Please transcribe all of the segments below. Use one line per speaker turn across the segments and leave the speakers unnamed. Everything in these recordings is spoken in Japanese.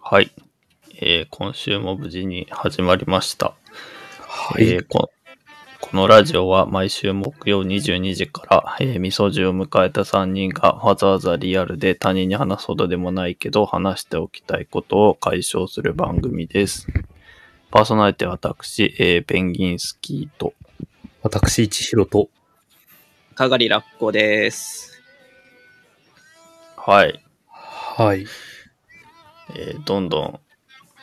はい、えー、今週も無事に始まりました、
はい
えーこ。このラジオは毎週木曜22時から、えー、みそじを迎えた3人がわざわざリアルで他人に話すほどでもないけど話しておきたいことを解消する番組です。パーソナリティは私、えーペンギンスキーと。
私、一白と。
かがりラッコです。
はい、
はい。
えーどんどん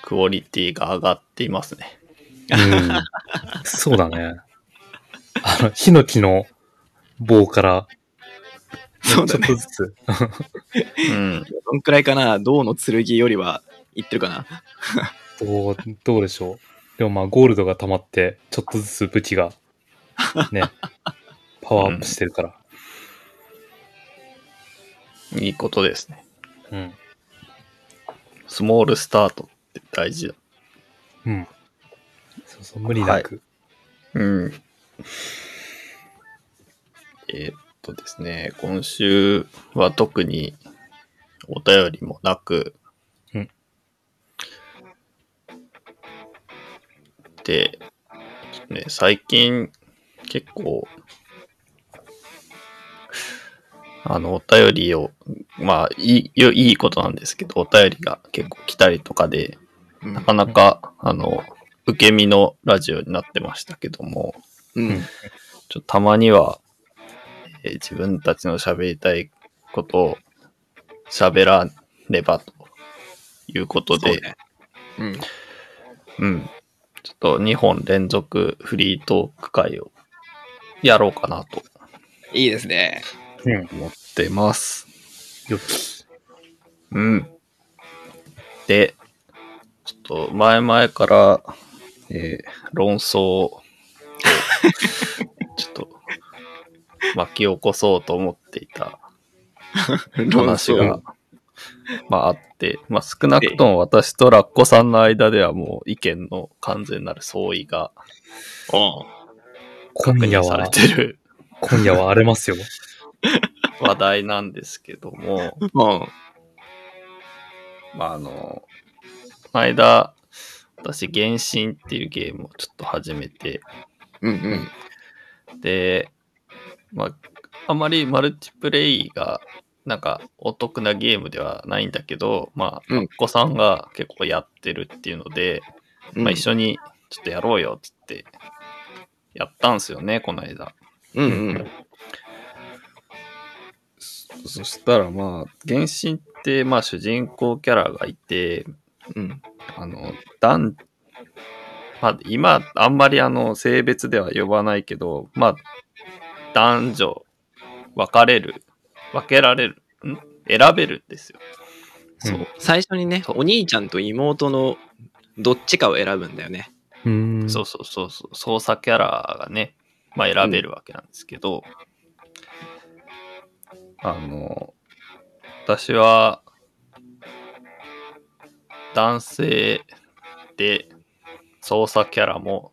クオリティが上がっていますね。
うん、そうだね。あの、ヒノキの棒から、
そうだ
ちょ
ね
っ。とずつ。
うん。
どんくらいかな銅の剣よりはいってるかな
どう、どうでしょう。でもまあ、ゴールドが溜まって、ちょっとずつ武器が、 ね、パワーアップしてるから。
いいことですね。
うん。
スモールスタートって大事だ。
うん。そうそう、無理なく。
うん。えーっとですね、今週は特にお便りもなく、
うん
で、ちょっとね、最近結構、あの、お便りを、まあ、いい、よいいことなんですけど、お便りが結構来たりとかで、
うん
なかなか、あの、受け身のラジオになってましたけども、
う
ち
ん。
ょっとたまには、えー自分たちの喋りたいことを喋らねばということ
そう
で、
ね。うん。
うん。ちょっと2本連続フリートーク会をやろうかなと
いいですね。
うん。
思ってます。
よき。
うん。で、ちょっと前々から、えー論争 を、ちょっと、巻き起こそうと思っていた話
論
が、まああって、まあ少なくとも私とラッコさんの間ではもう意見の完全なる相違が
争おう
今
確
夜
認され
は、
てる
今夜は荒れますよ。
話題なんですけども、
うん。
まああの、この間、私、原神っていうゲームをちょっと始めて、
うんうん。
で、まあ、あまりマルチプレイが、なんか、お得なゲームではないんだけど、まあ、
うん
ラッコさんが結構やってるっていうので、まあ、一
緒。
緒にちょっとやろうよっつってやったんすよねこの間
うんうん。
そそしたらまあ原神ってまあ主人公キャラがいて
うん。
あの男まあ今あんまりあの性別では呼ばないけどまあ男女分かれる分けられるん選べるんですよ
そうう。最初にね、お兄ちゃんと妹のどっちかを選ぶんだよね。
うーん。
そうそ
そ
うそうそう、操作キャラがね、まあ、選べるわけなんですけど、あの、私は、男性で操作キャラも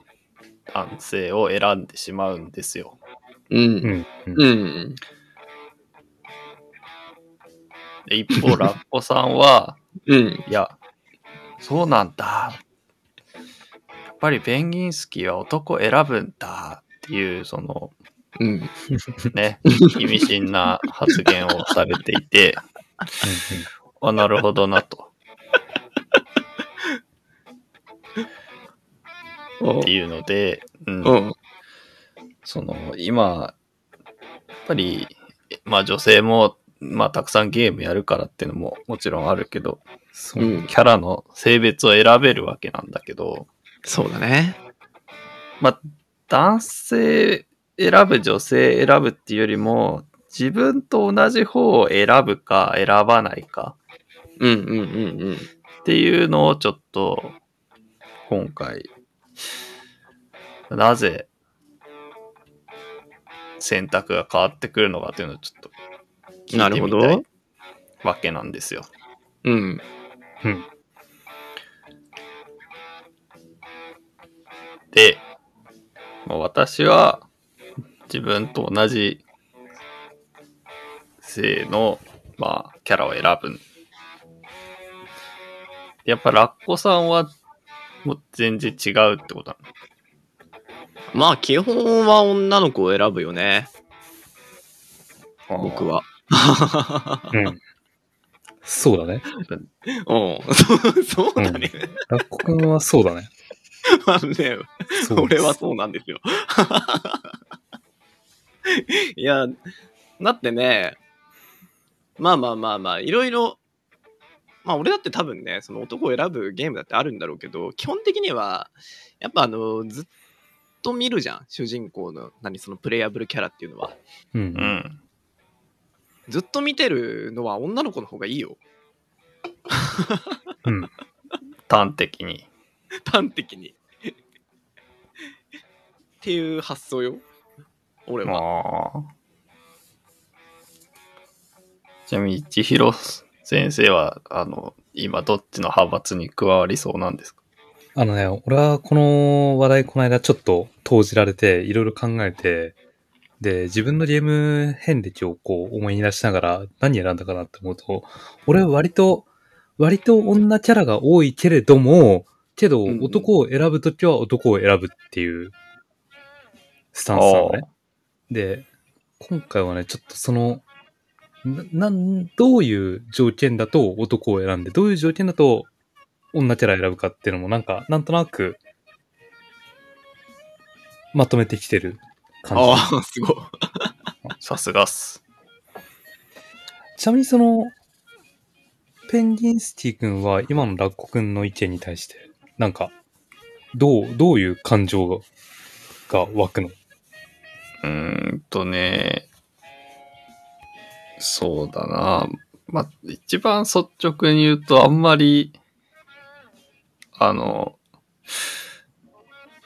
男性を選んでしまうんですよ。
う
う。
んん。うん
うんうん。
で一方、ラッコさんは、
うん。
いや、そうなんだ。やっぱりペンギンスキーは男を選ぶんだっていう、その、
うん。
ね、意味深な発言をされてい て、あ、なるほどなと。
おう
っていうので、うん
おう
その、今、やっぱり、まあ女性も、まあたくさんゲームやるからっていうのももちろんあるけど、そうの
ん
キャラの性別を選べるわけなんだけど、
そうだね。
まあ男性選ぶ女性選ぶっていうよりも、自分と同じ方を選ぶか選ばないか
うんうんうんうん。
っていうのをちょっと今回なぜ選択が変わってくるのかっていうのをちょっと聞
ないる
て
ほ
み
ど
たいわけなんですよ。
うん。
うん。
で、まあ、私は自分と同じ性の、まあ、キャラを選ぶやっぱラッコさんは、もう全然違うってことなの
まあ、基本は女の子を選ぶよね、僕。は。
うん。そうだね。
うん。 そうそうだね。
ラッコくんはそうだね。
まあね、
そう
俺はそうなんですよ。 いや、だってね、まあまあまあまあ、いろいろ、まあ俺だって多分ね、その男を選ぶゲームだってあるんだろうけど、基本的には、やっぱあの、ずっと見るじゃん、主人公の、何、そのプレイアブルキャラっていうのは。
う。
うんん。
ずっと見てるのは女の子の方がいいよ、
うん。
端的に。
端的に。っていう発想よ、俺は。
ああ。ちなみに、千尋先生は、あの、今どっちの派閥に加わりそうなんですか
あのね、俺はこの話題この間ちょっと投じられて、いろいろ考えて、で、自分のゲーム遍歴をこう思い出しながら何選んだかなって思うと、俺は割と、割と女キャラが多いけれども、けど
うんうん
男を選ぶときは男を選ぶっていうスタンスなのね。で、今回はね、ちょっとその、な、なん、どういう条件だと男を選んで、どういう条件だと女キャラ選ぶかっていうのもなんか、なんとなく、まとめてきてる感じ。
ああ、すごい。
ああさすがっす。
ちなみにその、ペンギンスティ君は今のラッコ君の意見に対して、なんか、どう、どういう感情がが湧くの
うーんとね、そうだな。まあ、一番率直に言うと、あんまり、あの、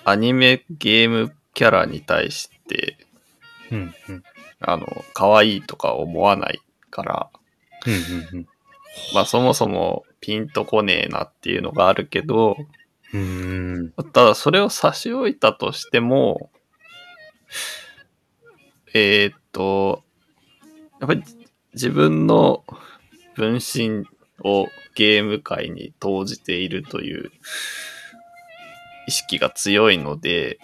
アニメゲームキャラに対して、
うん、うん、
あの、可愛いとか思わないから、
うん、うん
まあそもそもピンとこねえなっていうのがあるけど、
うん、う
ただそれを差し置いたとしても、えーっと、やっぱり自分の分身をゲーム界に投じているという意識が強いので、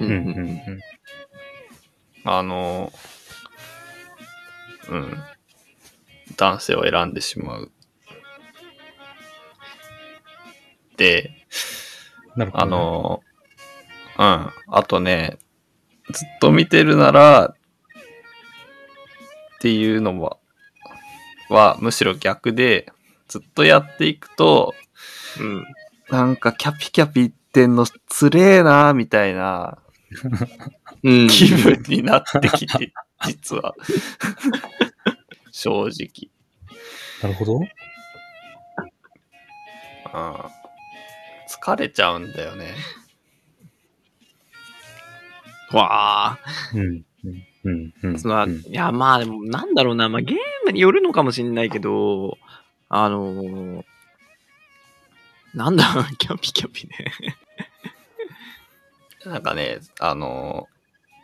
うん
ーん、うん、うん、うん。
あの、うん。男性を選んでしまう。で、
なるほど、
あ、の、うん。あとね、ずっと見てるなら、っていうのは、は、むしろ逆で、ずっとやっていくと、
うん。
なんかキャピキャピ言ってんのつれえな、みたいな
うん
気分になってきて、実は。正直。
なるほど。
うん疲れちゃうんだよね。
わあ。
うん、うん、うん、うん。
その、
うん
いや、まあでも、なんだろうな、まあゲームによるのかもしれないけど、あのーなんだろ う、キャピキャピね。
なんかね、あの、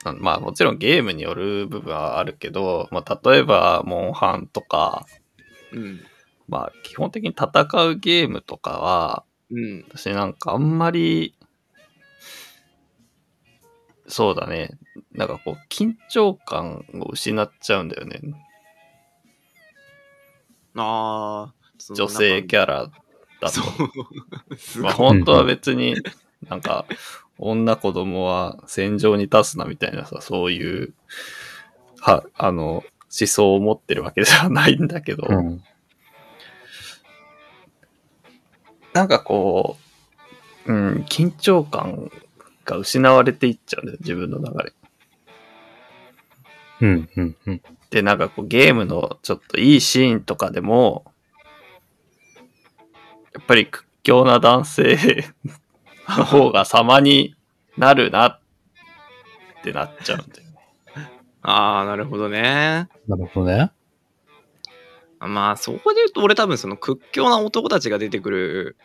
あまあもちろんゲームによる部分はあるけど、まあ例えば、モンハンとか、
うん。
まあ基本的に戦うゲームとかは、
うん。
私なんかあんまり、そうだね、なんかこう緊張感を失っちゃうんだよね。
ああ。その
女性キ
ャ
ャラだと。
そう。 すご
まあ
い。
本当は別に、なんか、女子供は戦場に立つなみたいなさ、そういう、は、あの、思想を持ってるわけじゃないんだけど、
うん、
なんかこう、うん、緊張感が失われていっちゃうんだよ、自分の中で。
うん、うん、うん。
で、なんかこう、ゲームのちょっといいシーンとかでも、やっぱり屈強な男性 の方が様になるなってなっちゃうんだよね。
ああ、なるほどね。
なるほどね。
まあ、そこで言うと、俺多分その屈強な男たちが出てくる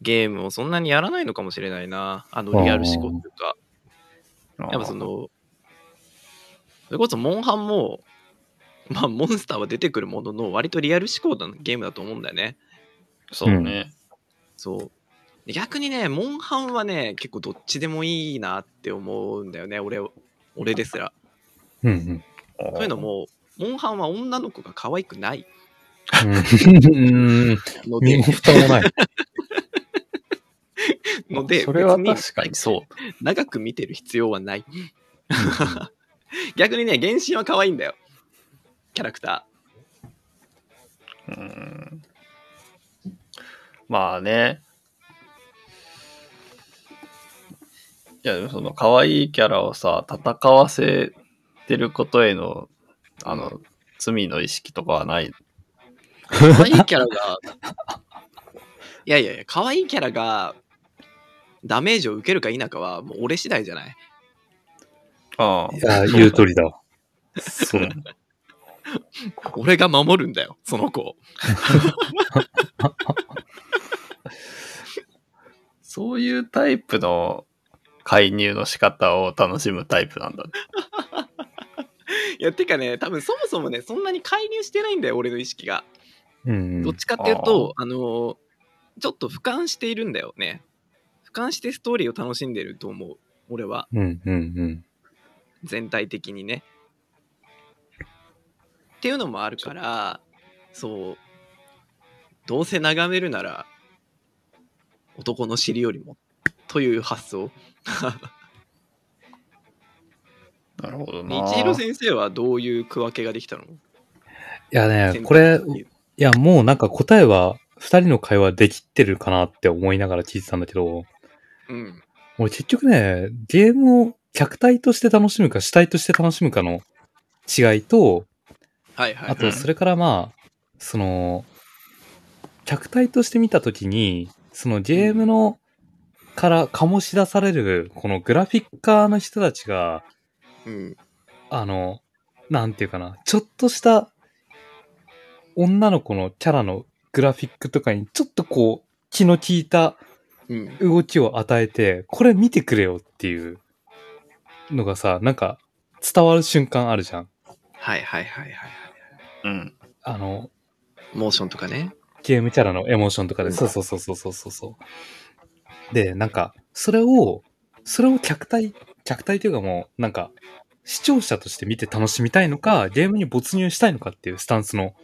ゲームをそんなにやらないのかもしれないな。あの、リアル思考っていうか。やっぱその、それこそモンハンも、 まあモンスターは出てくるものの、割とリアル思考なゲームだと思うんだよね。
そうね。
そう。で逆にね、モンハンはね、結構どっちでもいいなって思うんだよね、俺を、俺です ら。
うんうん。
そ
というの。も、モンハンは女の子が可愛くない
うん。
の
身
で
も、蓋もない。
ので
それは
別に
確かにそう。
長く見てる必要はない。逆にね、原神は可愛いんだよ。キャラクタ
うーんまあね。いや、でもその可愛いキャラをさ、戦わせてることへの、あの、罪の意識とかはない。
ー。可愛いキャラ が、いやいやいや、可愛いキャラが、ダメージを受けるか否かは、もう俺次第じゃない。
あ
いや、言う通りだわ。 そう。
俺が守るんだよ、その子を。
そういうタイプの介入の仕方を楽しむタイプなんだね。
いや、てかね、多分そもそもね、そんなに介入してないんだよ、俺の意識が。
うん
どっ。ちかっていうと、あのーちょっと俯瞰しているんだよね。俯瞰してストーリーを楽しんでると思う、俺は。
うんうんうん。
全体的にね。っていうのもあるから、そう、どうせ眺めるなら、男の尻よりも、という発想。
なるほどな。
日色先生はどういう区分けができたの
いやね、これ、
先
いや、もうなんか答えは、二人の会話できてるかなって思いながら聞いてたんだけど、
うん。
俺結局ね、ゲームを客体として楽しむか主体として楽しむかの違いと、
はいはい。
あと、それからまあ、その、客体として見たときに、そのゲームの、から醸し出される、このグラフィッカーの人たちが、
うん。
あの、なんていうかな、ちょっとした、女の子のキャラのグラフィックとかに、ちょっとこう、気の利いた
うん。
動きを与えて、これ見てくれよっていうのがさ、なんか、伝わる瞬間あるじゃん。
はいはいはいはいはい。
うん。
あの、
モーションとかね。
ゲームキャラのエモーションとか
う
で、
ん
そうそうそうそうそうそうそう。で、なんか、それを、それを客体、客体というかもう、なんか、視聴者として見て楽しみたいのか、ゲームに没入したいのかっていうスタンスの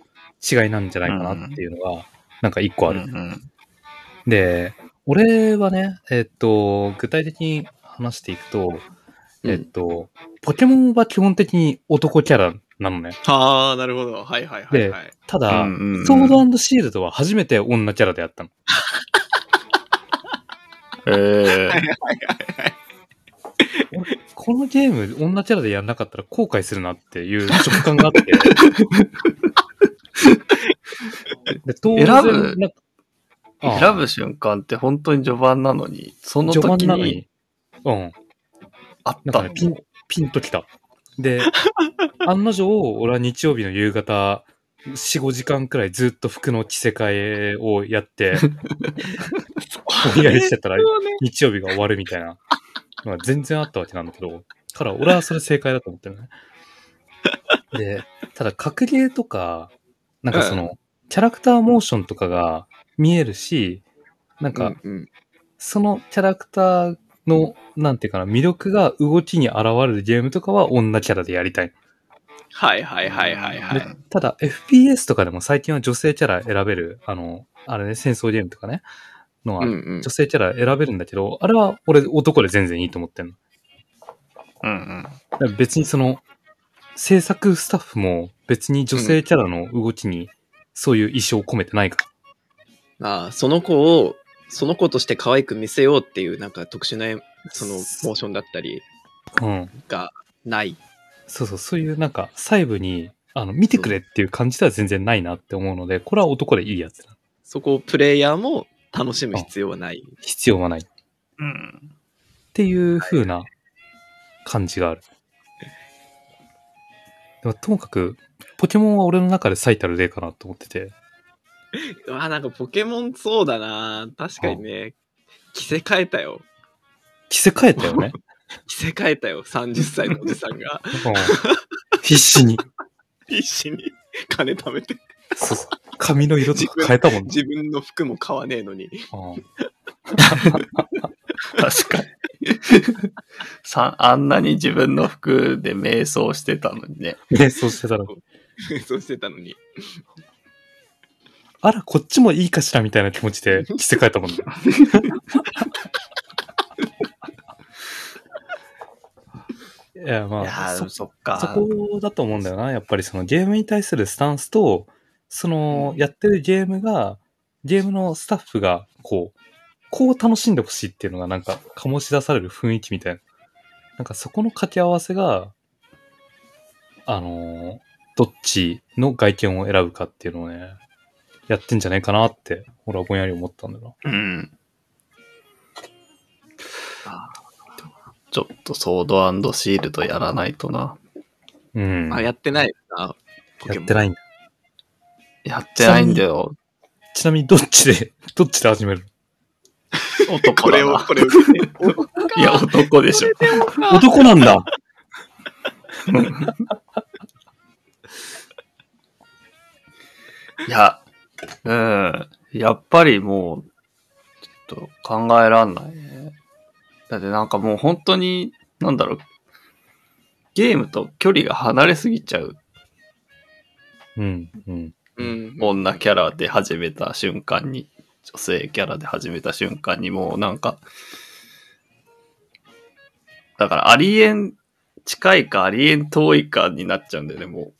違いなんじゃないかなっていうのが、なんか一個ある。
うんうん
で、俺はね、えっと、具体的に話していくと、
うん
えっと、ポケモンは基本的に男キャラなのね。
はあ、なるほど。はいはいはいはい。
ただ、
うんうんうん
ソードシールドは初めて女キャラでやったの。
え ー
このゲーム、女キャラでやんなかったら後悔するなっていう直感があって。で当然
選ぶ
なんかああ
選ぶ瞬間って本当に序盤なのに、その
序盤
時
なの
に
に。うん。
あっ
な
た
んか
の
ね、ピン、ピンときた。 で、案の定、俺は日曜日の夕方、4、5時間くらいずっと服の着せ替えを やって、お願いしてたら、日曜日が終わるみたいな。まあ、全然あったわけなんだけど、から俺はそれ正解だと思ってるね。で、ただ格ゲーとか、なんかその、キャラクターモーションとかが見えるし、なんか、
うんうん
そのキャラクターの、なんていうかな、魅力が動きに現れるゲームとかは女キャラでやりたい。
はいはいはいはいは
う
い。
ん
ただ、FPS とかでも最近は女性キャラ選べる、あの、あれね、戦争ゲームとかね、のは、
うんうん
女性キャラ選べるんだけど、あれは俺男で全然いいと思ってんの。
うんうん。
だから別にその、制作スタッフも別に女性キャラの動きに、そういう意匠を込めてないから。
ああ、その子を、その子として可愛く見せようっていう、なんか特殊な、その、モーションだったり
うん。
がない。
そうそう、そういうなんか細部に、あの、見てくれっていう感じでは全然ないなって思うので、これは男でいいやつだ。
そこをプレイヤーも楽しむ必要はない。
必要はない。
うん。
っていう風な感じがある。でもともかく、ポケモンは俺の中で最たる例かなと思ってて。
うわあ、なんかポケモンそうだな。確かにね。着せ替えたよ。
着せ替えたよ ね。
着せ替えたよ。30歳のおじさ んが
うん必死に。
必死に金貯めて。
そうそう髪の色とか変えたもんね。
自分の服も買わねえのに。
う ん
確かに。 さあんなに自分の服で瞑想してたのにね。
ね、そうしてたら、
そうしてたのに。
あら、こっちもいいかしらみたいな気持ち で着せ替えたもんね。いや、
い
まあ、
や
そ
ー、そっか。
そこだと思うんだよな。やっぱりそのゲームに対するスタンスと、そのやってるゲームが、ゲームのスタッフが、こう、こう楽しんでほしいっていうのがなんか醸し出される雰囲気みたいな。なんかそこの掛け合わせが、あのーどっちの外見を選ぶかっていうのをね、やってんじゃないかなって、俺はぼんやり思ったんだよ
うん
あ。
ちょっとソードシールドやらないとな。
な。うん。
あ、やってないな。ポ
や
ケモ
っ
ン
てないんだ。
やってないんだよ。
ちなみにどっちで、どっちで始 める
男だな
これを、これを。
いや、男でしょ。
の男なんだ
いや、うん。やっぱりもう、ちょっと考えらんないね。だってなんかもう本当に、なんだろう。ゲームと距離が離れすぎちゃう
うん、 うん。
うん。
女キャラで始めた瞬間に、女性キャラで始めた瞬間にもうなんか、だからありえん近いかありえん遠いかになっちゃうんだよね、も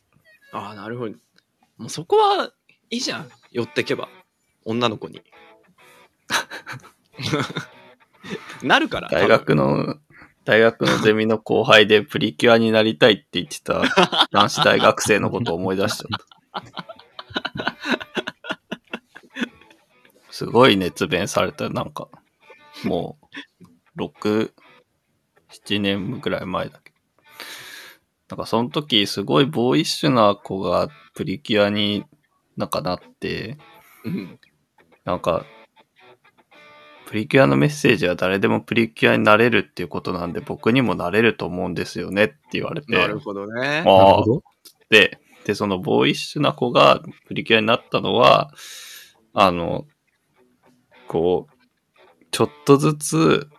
ああ、なるほど。もうそこはいいじゃん。寄ってけば。女の子に。 なるから。
う。大学の、大学のゼミの後輩でプリキュアになりたいって言ってた 男子大学生のことを思い出しちゃった。すごい熱弁されたよ、なんか。もう、6、7年ぐらい前だけど。なんかその時、すごいボーイッシュな子がプリキュアになんかなって、
多分。うん
なんか、プリキュアのメッセージは誰でもプリキュアになれるっていうことなんで、僕にもなれると思うんですよねって言われて、
なるほどね。
ああ
なるほど。
で、で、そのボーイッシュな子がプリキュアになったのは、あの、こう、ちょっとずつ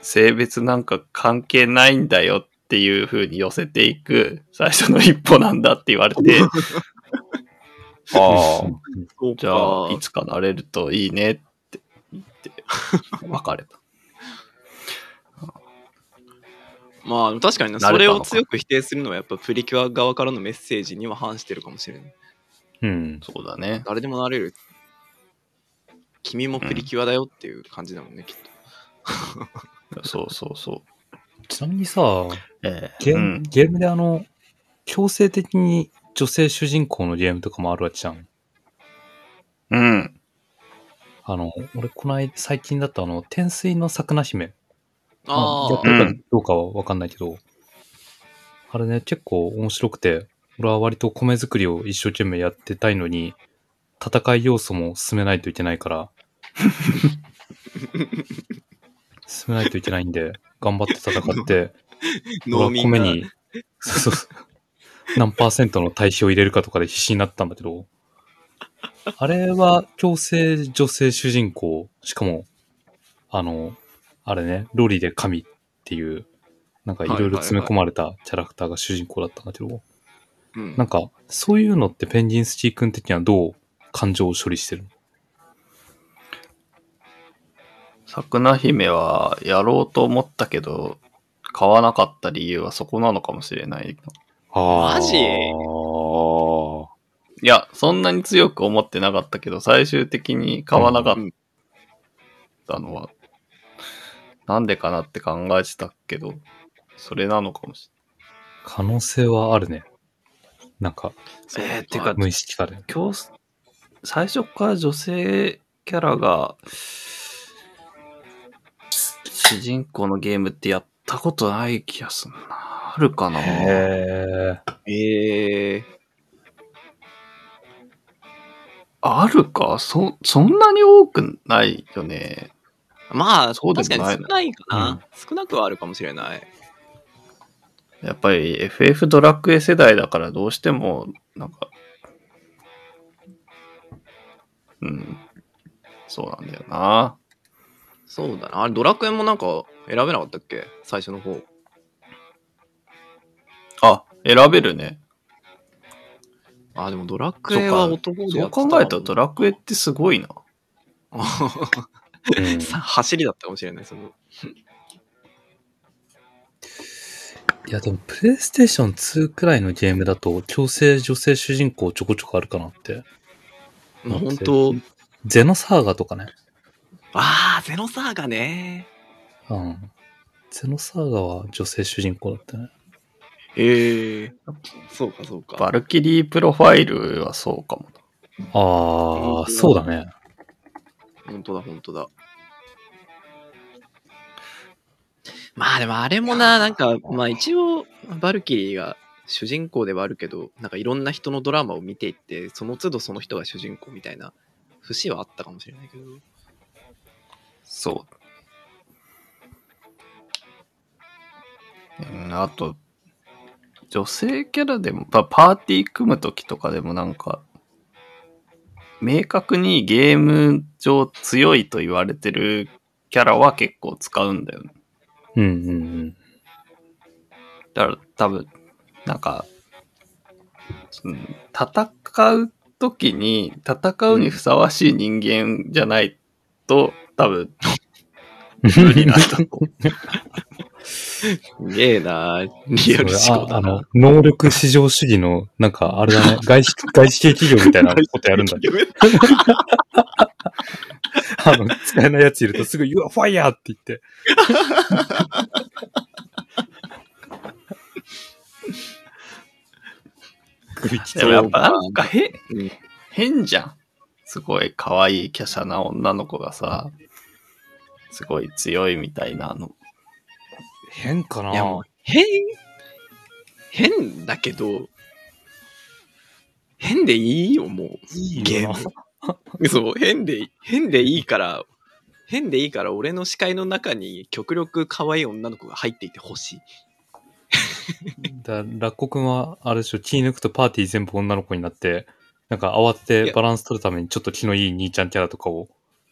性別なんか関係ないんだよっていう風に寄せていく最初の一歩なんだって言われ て、ああ
うん、うん
そうか
じゃあ、いつかなれるといいねって言 って、別れた。
まあ確かにな
慣
そ
れ
れ
たの
を
か
強く否定するのはやっぱプリキュア側からのメッセージには反してるかもしれない。
うん。
そうだね。
誰でもなれる。君もプリキュアだよっていう感じだもんね、きっと。
そうそうそう。
ちなみにさ、
ええ
ゲー
う
ム、
ん。
ゲームであの、強制的に女性主人公のゲームとかもあるわけじゃん。
うん。
あの、俺、この間、最近だったあの、天水の桜姫。
あ
や
あ
っ
う
て
ん
たかどうかはわかんないけど、あれね、結構面白くて、俺は割と米作りを一生懸命やってたいのに、戦い要素も進めないといけな いから、進めないといけないんで、頑張って戦って、俺
農
は
民
米
が
に、そうそう、何パーセントの対比を入れるかとかで必死になったんだけど、あれは強制女性主人公、しかも、あの、あれね、ロリで神っていう、なんかいろいろ詰め込まれたキャラクターが主人公だったんだけど、
うん
なんか、そういうのってペンギンスチー君的にはどう感情を処理してるの
桜姫はやろうと思ったけど、買わなかった理由はそこなのかもしれない。
あ
ーマジ
いや、そんなに強く思ってなかったけど、最終的に買わなかったのは、なんでかなって考えてたけど、それなのかもし
可能性はあるね。なんか、
れない。えーて
は
か
い、
無意識からね。
今日、最初から女性キャラが、主人公のゲームってやったことない気がするな。あるかな
へー
ええ
あるかそ、そんなに多くないよね。
まあ、
そうでも
確
な
か
い
に
な
少ないかな、少なくはあるかもしれない。
やっぱり FF ドラクエ世代だからどうしても、なんか、うん。そうなんだよな。
そうだな。あれ、ドラクエもなんか選べなかったっけ最初の方。
あ、選べるね。
あ、でもドラク
そ
エ
う
は
か
男で
そ
や
う
ってた
考
な
えたらドラクエってすごいな。
うん
さ走りだったかもしれない。その
いや、でも、プレイステーション2くらいのゲームだと、強制女性主人公ちょこちょこあるかなって。
もう本当、
ゼノサーガとかね。
ああ、ゼノサーがね。
うん。ゼノサーガは女性主人公だったね。
ええそうか、そうか。
バルキリープロファイルはそうかもな。
ああ、そうだね。
本当だ、本当だ。まあでもあれもな、なんか、まあ一応、バルキリーが主人公ではあるけど、なんかいろんな人のドラマを見ていって、その都度その人が主人公みたいな節はあったかもしれないけど。
そう。うん、あと、女性キャラでも、パパーティー組むときとかでもなんか、明確にゲーム上強いと言われてるキャラは結構使うんだよね。
うんうん
だから多分、なんか、その戦うときに、戦うにふさわしい人間じゃないと、多分、
うん。
無理なんだと思う。
すげえな、リアル
それ
思考
ああ
だ
の
な。、
能力至上主義の、なんか、あれ だね、外資、外資系企業みたいなことやるんだ。あの、使えないやついるとすぐ、You are fire! って言って。 首切
でもやっぱなんかへ
うん
変じゃん。すごい可愛い華奢な女の子がさ、すごい強いみたいなの。
変かない
やもう変変だけど変でいいよも
いい
ゲ
よ
ー
な
ム うそう変でいい変でいいから変でいいから俺の視界の中に極力可愛い女の子が入っていてほしい
だラッコくんは、あれでしょ、気抜くとパーティー全部女の子になって、なんか慌て
い
て
や
バランス取るためにちょっと気のいい兄ちゃんキャラとかを。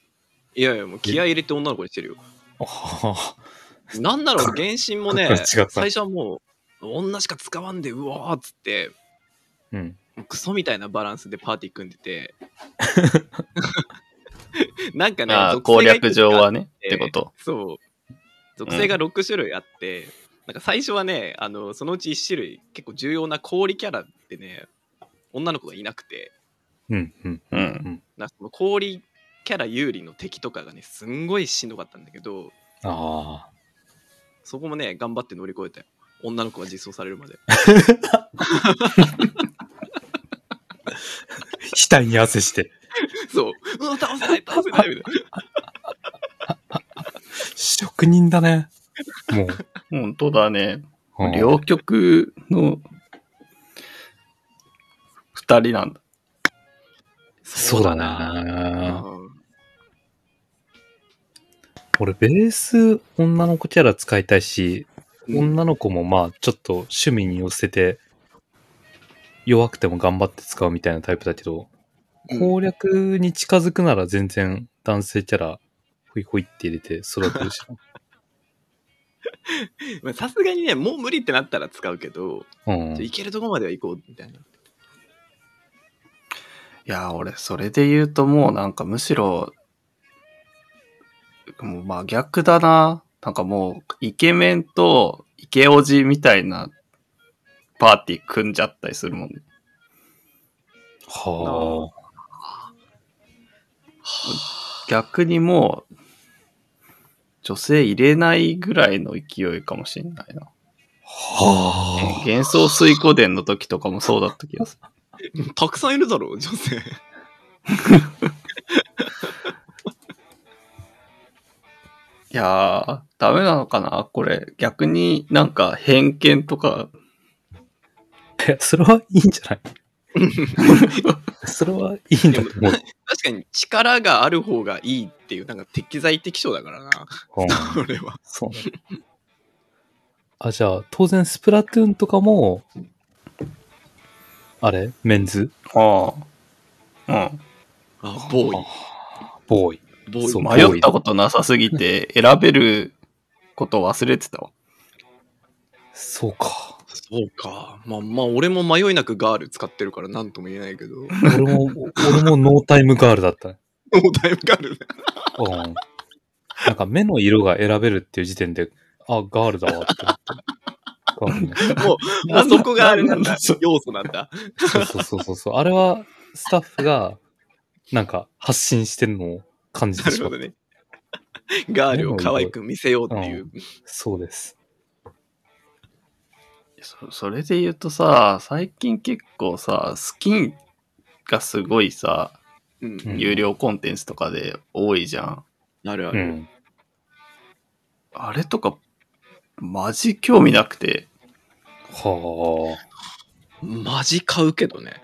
いやいやもう気合い入れて女の子にしてるよ
あはは
なんなら原神もね
格 が違った
最初はもう女しか使わんでうわーっつって
うん。
クソみたいなバランスでパーティー組ん でてなんかね
ああ
属性
攻
がいく
略
つか
上はね、
えー
ってこと。
そう。属性が6種類あって、なんか最初はね、あのそのうち1種類、結構重要な氷キャラってね、女の子がいなくて、
うん、うん。
うん。
なその氷キャラ有利の敵とかがね、すんごいしんどかったんだけど、
あ
そこもね、頑張って乗り越えたよ。女の子が実装されるまで。
あ。額に汗して、
そう。うわ、倒せない、倒せないみたいな。
職人だね。も
本当だね。
う。
両極の二人なんだ。
そうだ
な。
ね。
うん
俺、ベース、女の子キャラ使いたいし、
うん
女の子もまあ、ちょっと趣味に寄せて、弱くても頑張って使うみたいなタイプだけど、
うん
攻略に近づくなら全然男性キャラ、ほいほいって入れて揃ってる し。
まあさすがにね、もう無理ってなったら使うけど、
うん。
いけるとこまでは行こうみたいな。
いや、俺、それで言うともうなんかむしろ、もう真逆だな。なんかもう、イケメンとイケオジみたいなパーティー組んじゃったりするもんね。
はあ。
逆にもう、女性入れないぐらいの勢いかもしれないな。
はあ。
幻想水湖伝の時とかもそうだった気がする。
たくさんいるだろう、女性。
いやー、ダメなのかなこれ、逆になんか偏見とか、
いやそれはいいんじゃ ないそれはいいんだと思う。
確かに力がある方がいいっていう、なんか適材適所だから な、
うん
これは。
そうね。 あ、じゃあ、当然、スプラトゥーンとかも、あれメンズ
ああ。うん。
あ、ボーイ。
ボーイ。
ボーイ。
そう
迷ったことなさすぎて、選べること忘れてたわ。
そうか。
そうか。まあまあ、俺も迷いなくガール使ってるから何とも言えないけど。
俺も、俺もノータイムガールだったね。
もうだいぶガールね。
うん。なんか目の色が選べるっていう時点で、あ、ガールだわって思って。ガールね。
あそこがあれなんだ
そう。
要素なんだ。
そうそうそうそうそう。あれは、スタッフが、なんか発信してるのを感じ
な
て
る
しま
ほ
った
ど。ね。ガールを可愛く見せようっていう。
そうです。
そそれで言うとさ、最近結構さ、スキンがすごいさ、
うん。
うん
有料コンテンツとかで多いじゃん。
あるあ
う
る。
ん。
あれとか、マジ興味なくて。
はあ。
マジ買うけどね。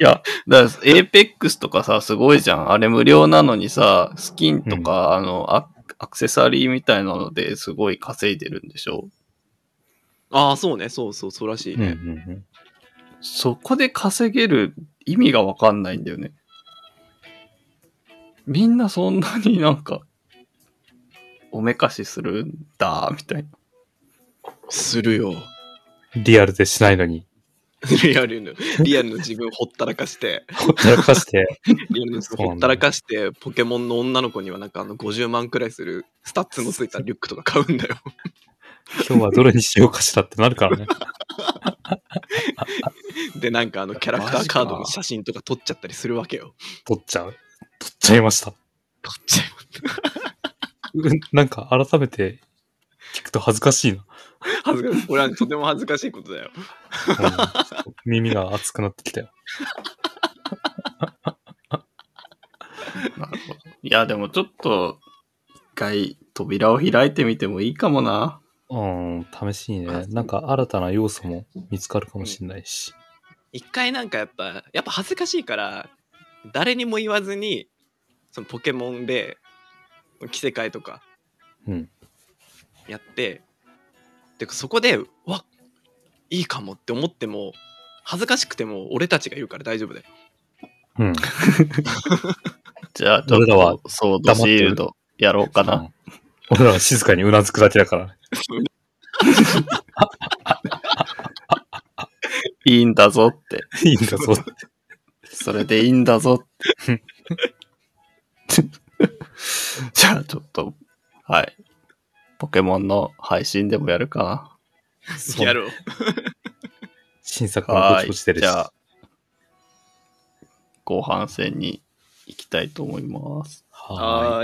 いや、だから、エーペックスとかさ、すごいじゃん。あれ無料なのにさ、スキンとか、あの、アアクセサリーみたいなのですごい稼いでるんでしょ
ああ、そうね。そうそう、そうらしい
うんうんう
ね。
ん。
そこで稼げる意味がわかんないんだよね。みんなそんなになんか、おめかしするんだ、みたいな。
するよ。
リアルでしないのに、
リアルの、リアルの自分ほったらかして、
ほったらかして、
リアルの自分ほったらかして、ポケモンの女の子にはなんかあの50万くらいするスタッツのついたリュックとか買うんだよ。
今日はどれにしようかしらってなるから ね。
で、なんかあのキャラクタ
マ
ー
ジか
カードの写真とか撮っちゃったりするわけよ。
取っちゃう。取っちゃいました。
撮っちゃう。
うんなんか改めて聞くと恥ずかしいな。
恥ずかしい。これはとても恥ずかしいことだよ。
うんちょっと耳が熱くなってきたよ。
なるほど。いや、でもちょっと、一回扉を開いてみてもいいかもな。
うん、試しにね。なんか新たな要素も見つかるかもしれないし。
一回なんかやっぱ、やっぱ恥ずかしいから、誰にも言わずに、そのポケモンで、着せ替えとか、
うん。
やっててかそこでうわいいかもって思っても恥ずかしくても俺たちが言うから大丈夫だよ
うん。
じゃあ、ちょっ
俺らは
と、ソードシールドやろうか
う
な。
ん俺らは静かにうなずくだけだ から。
いいんだぞって。
いいんだぞ。
それでいいんだぞって。 じゃあ、ちょっと、はい。ポケモンの配信でもやるかな。
そう
やろう
新作もぼ
は
ち
い。
ぼち出る
じ
し。
ゃあ、後半戦に行きたいと思います。
はーい
はーい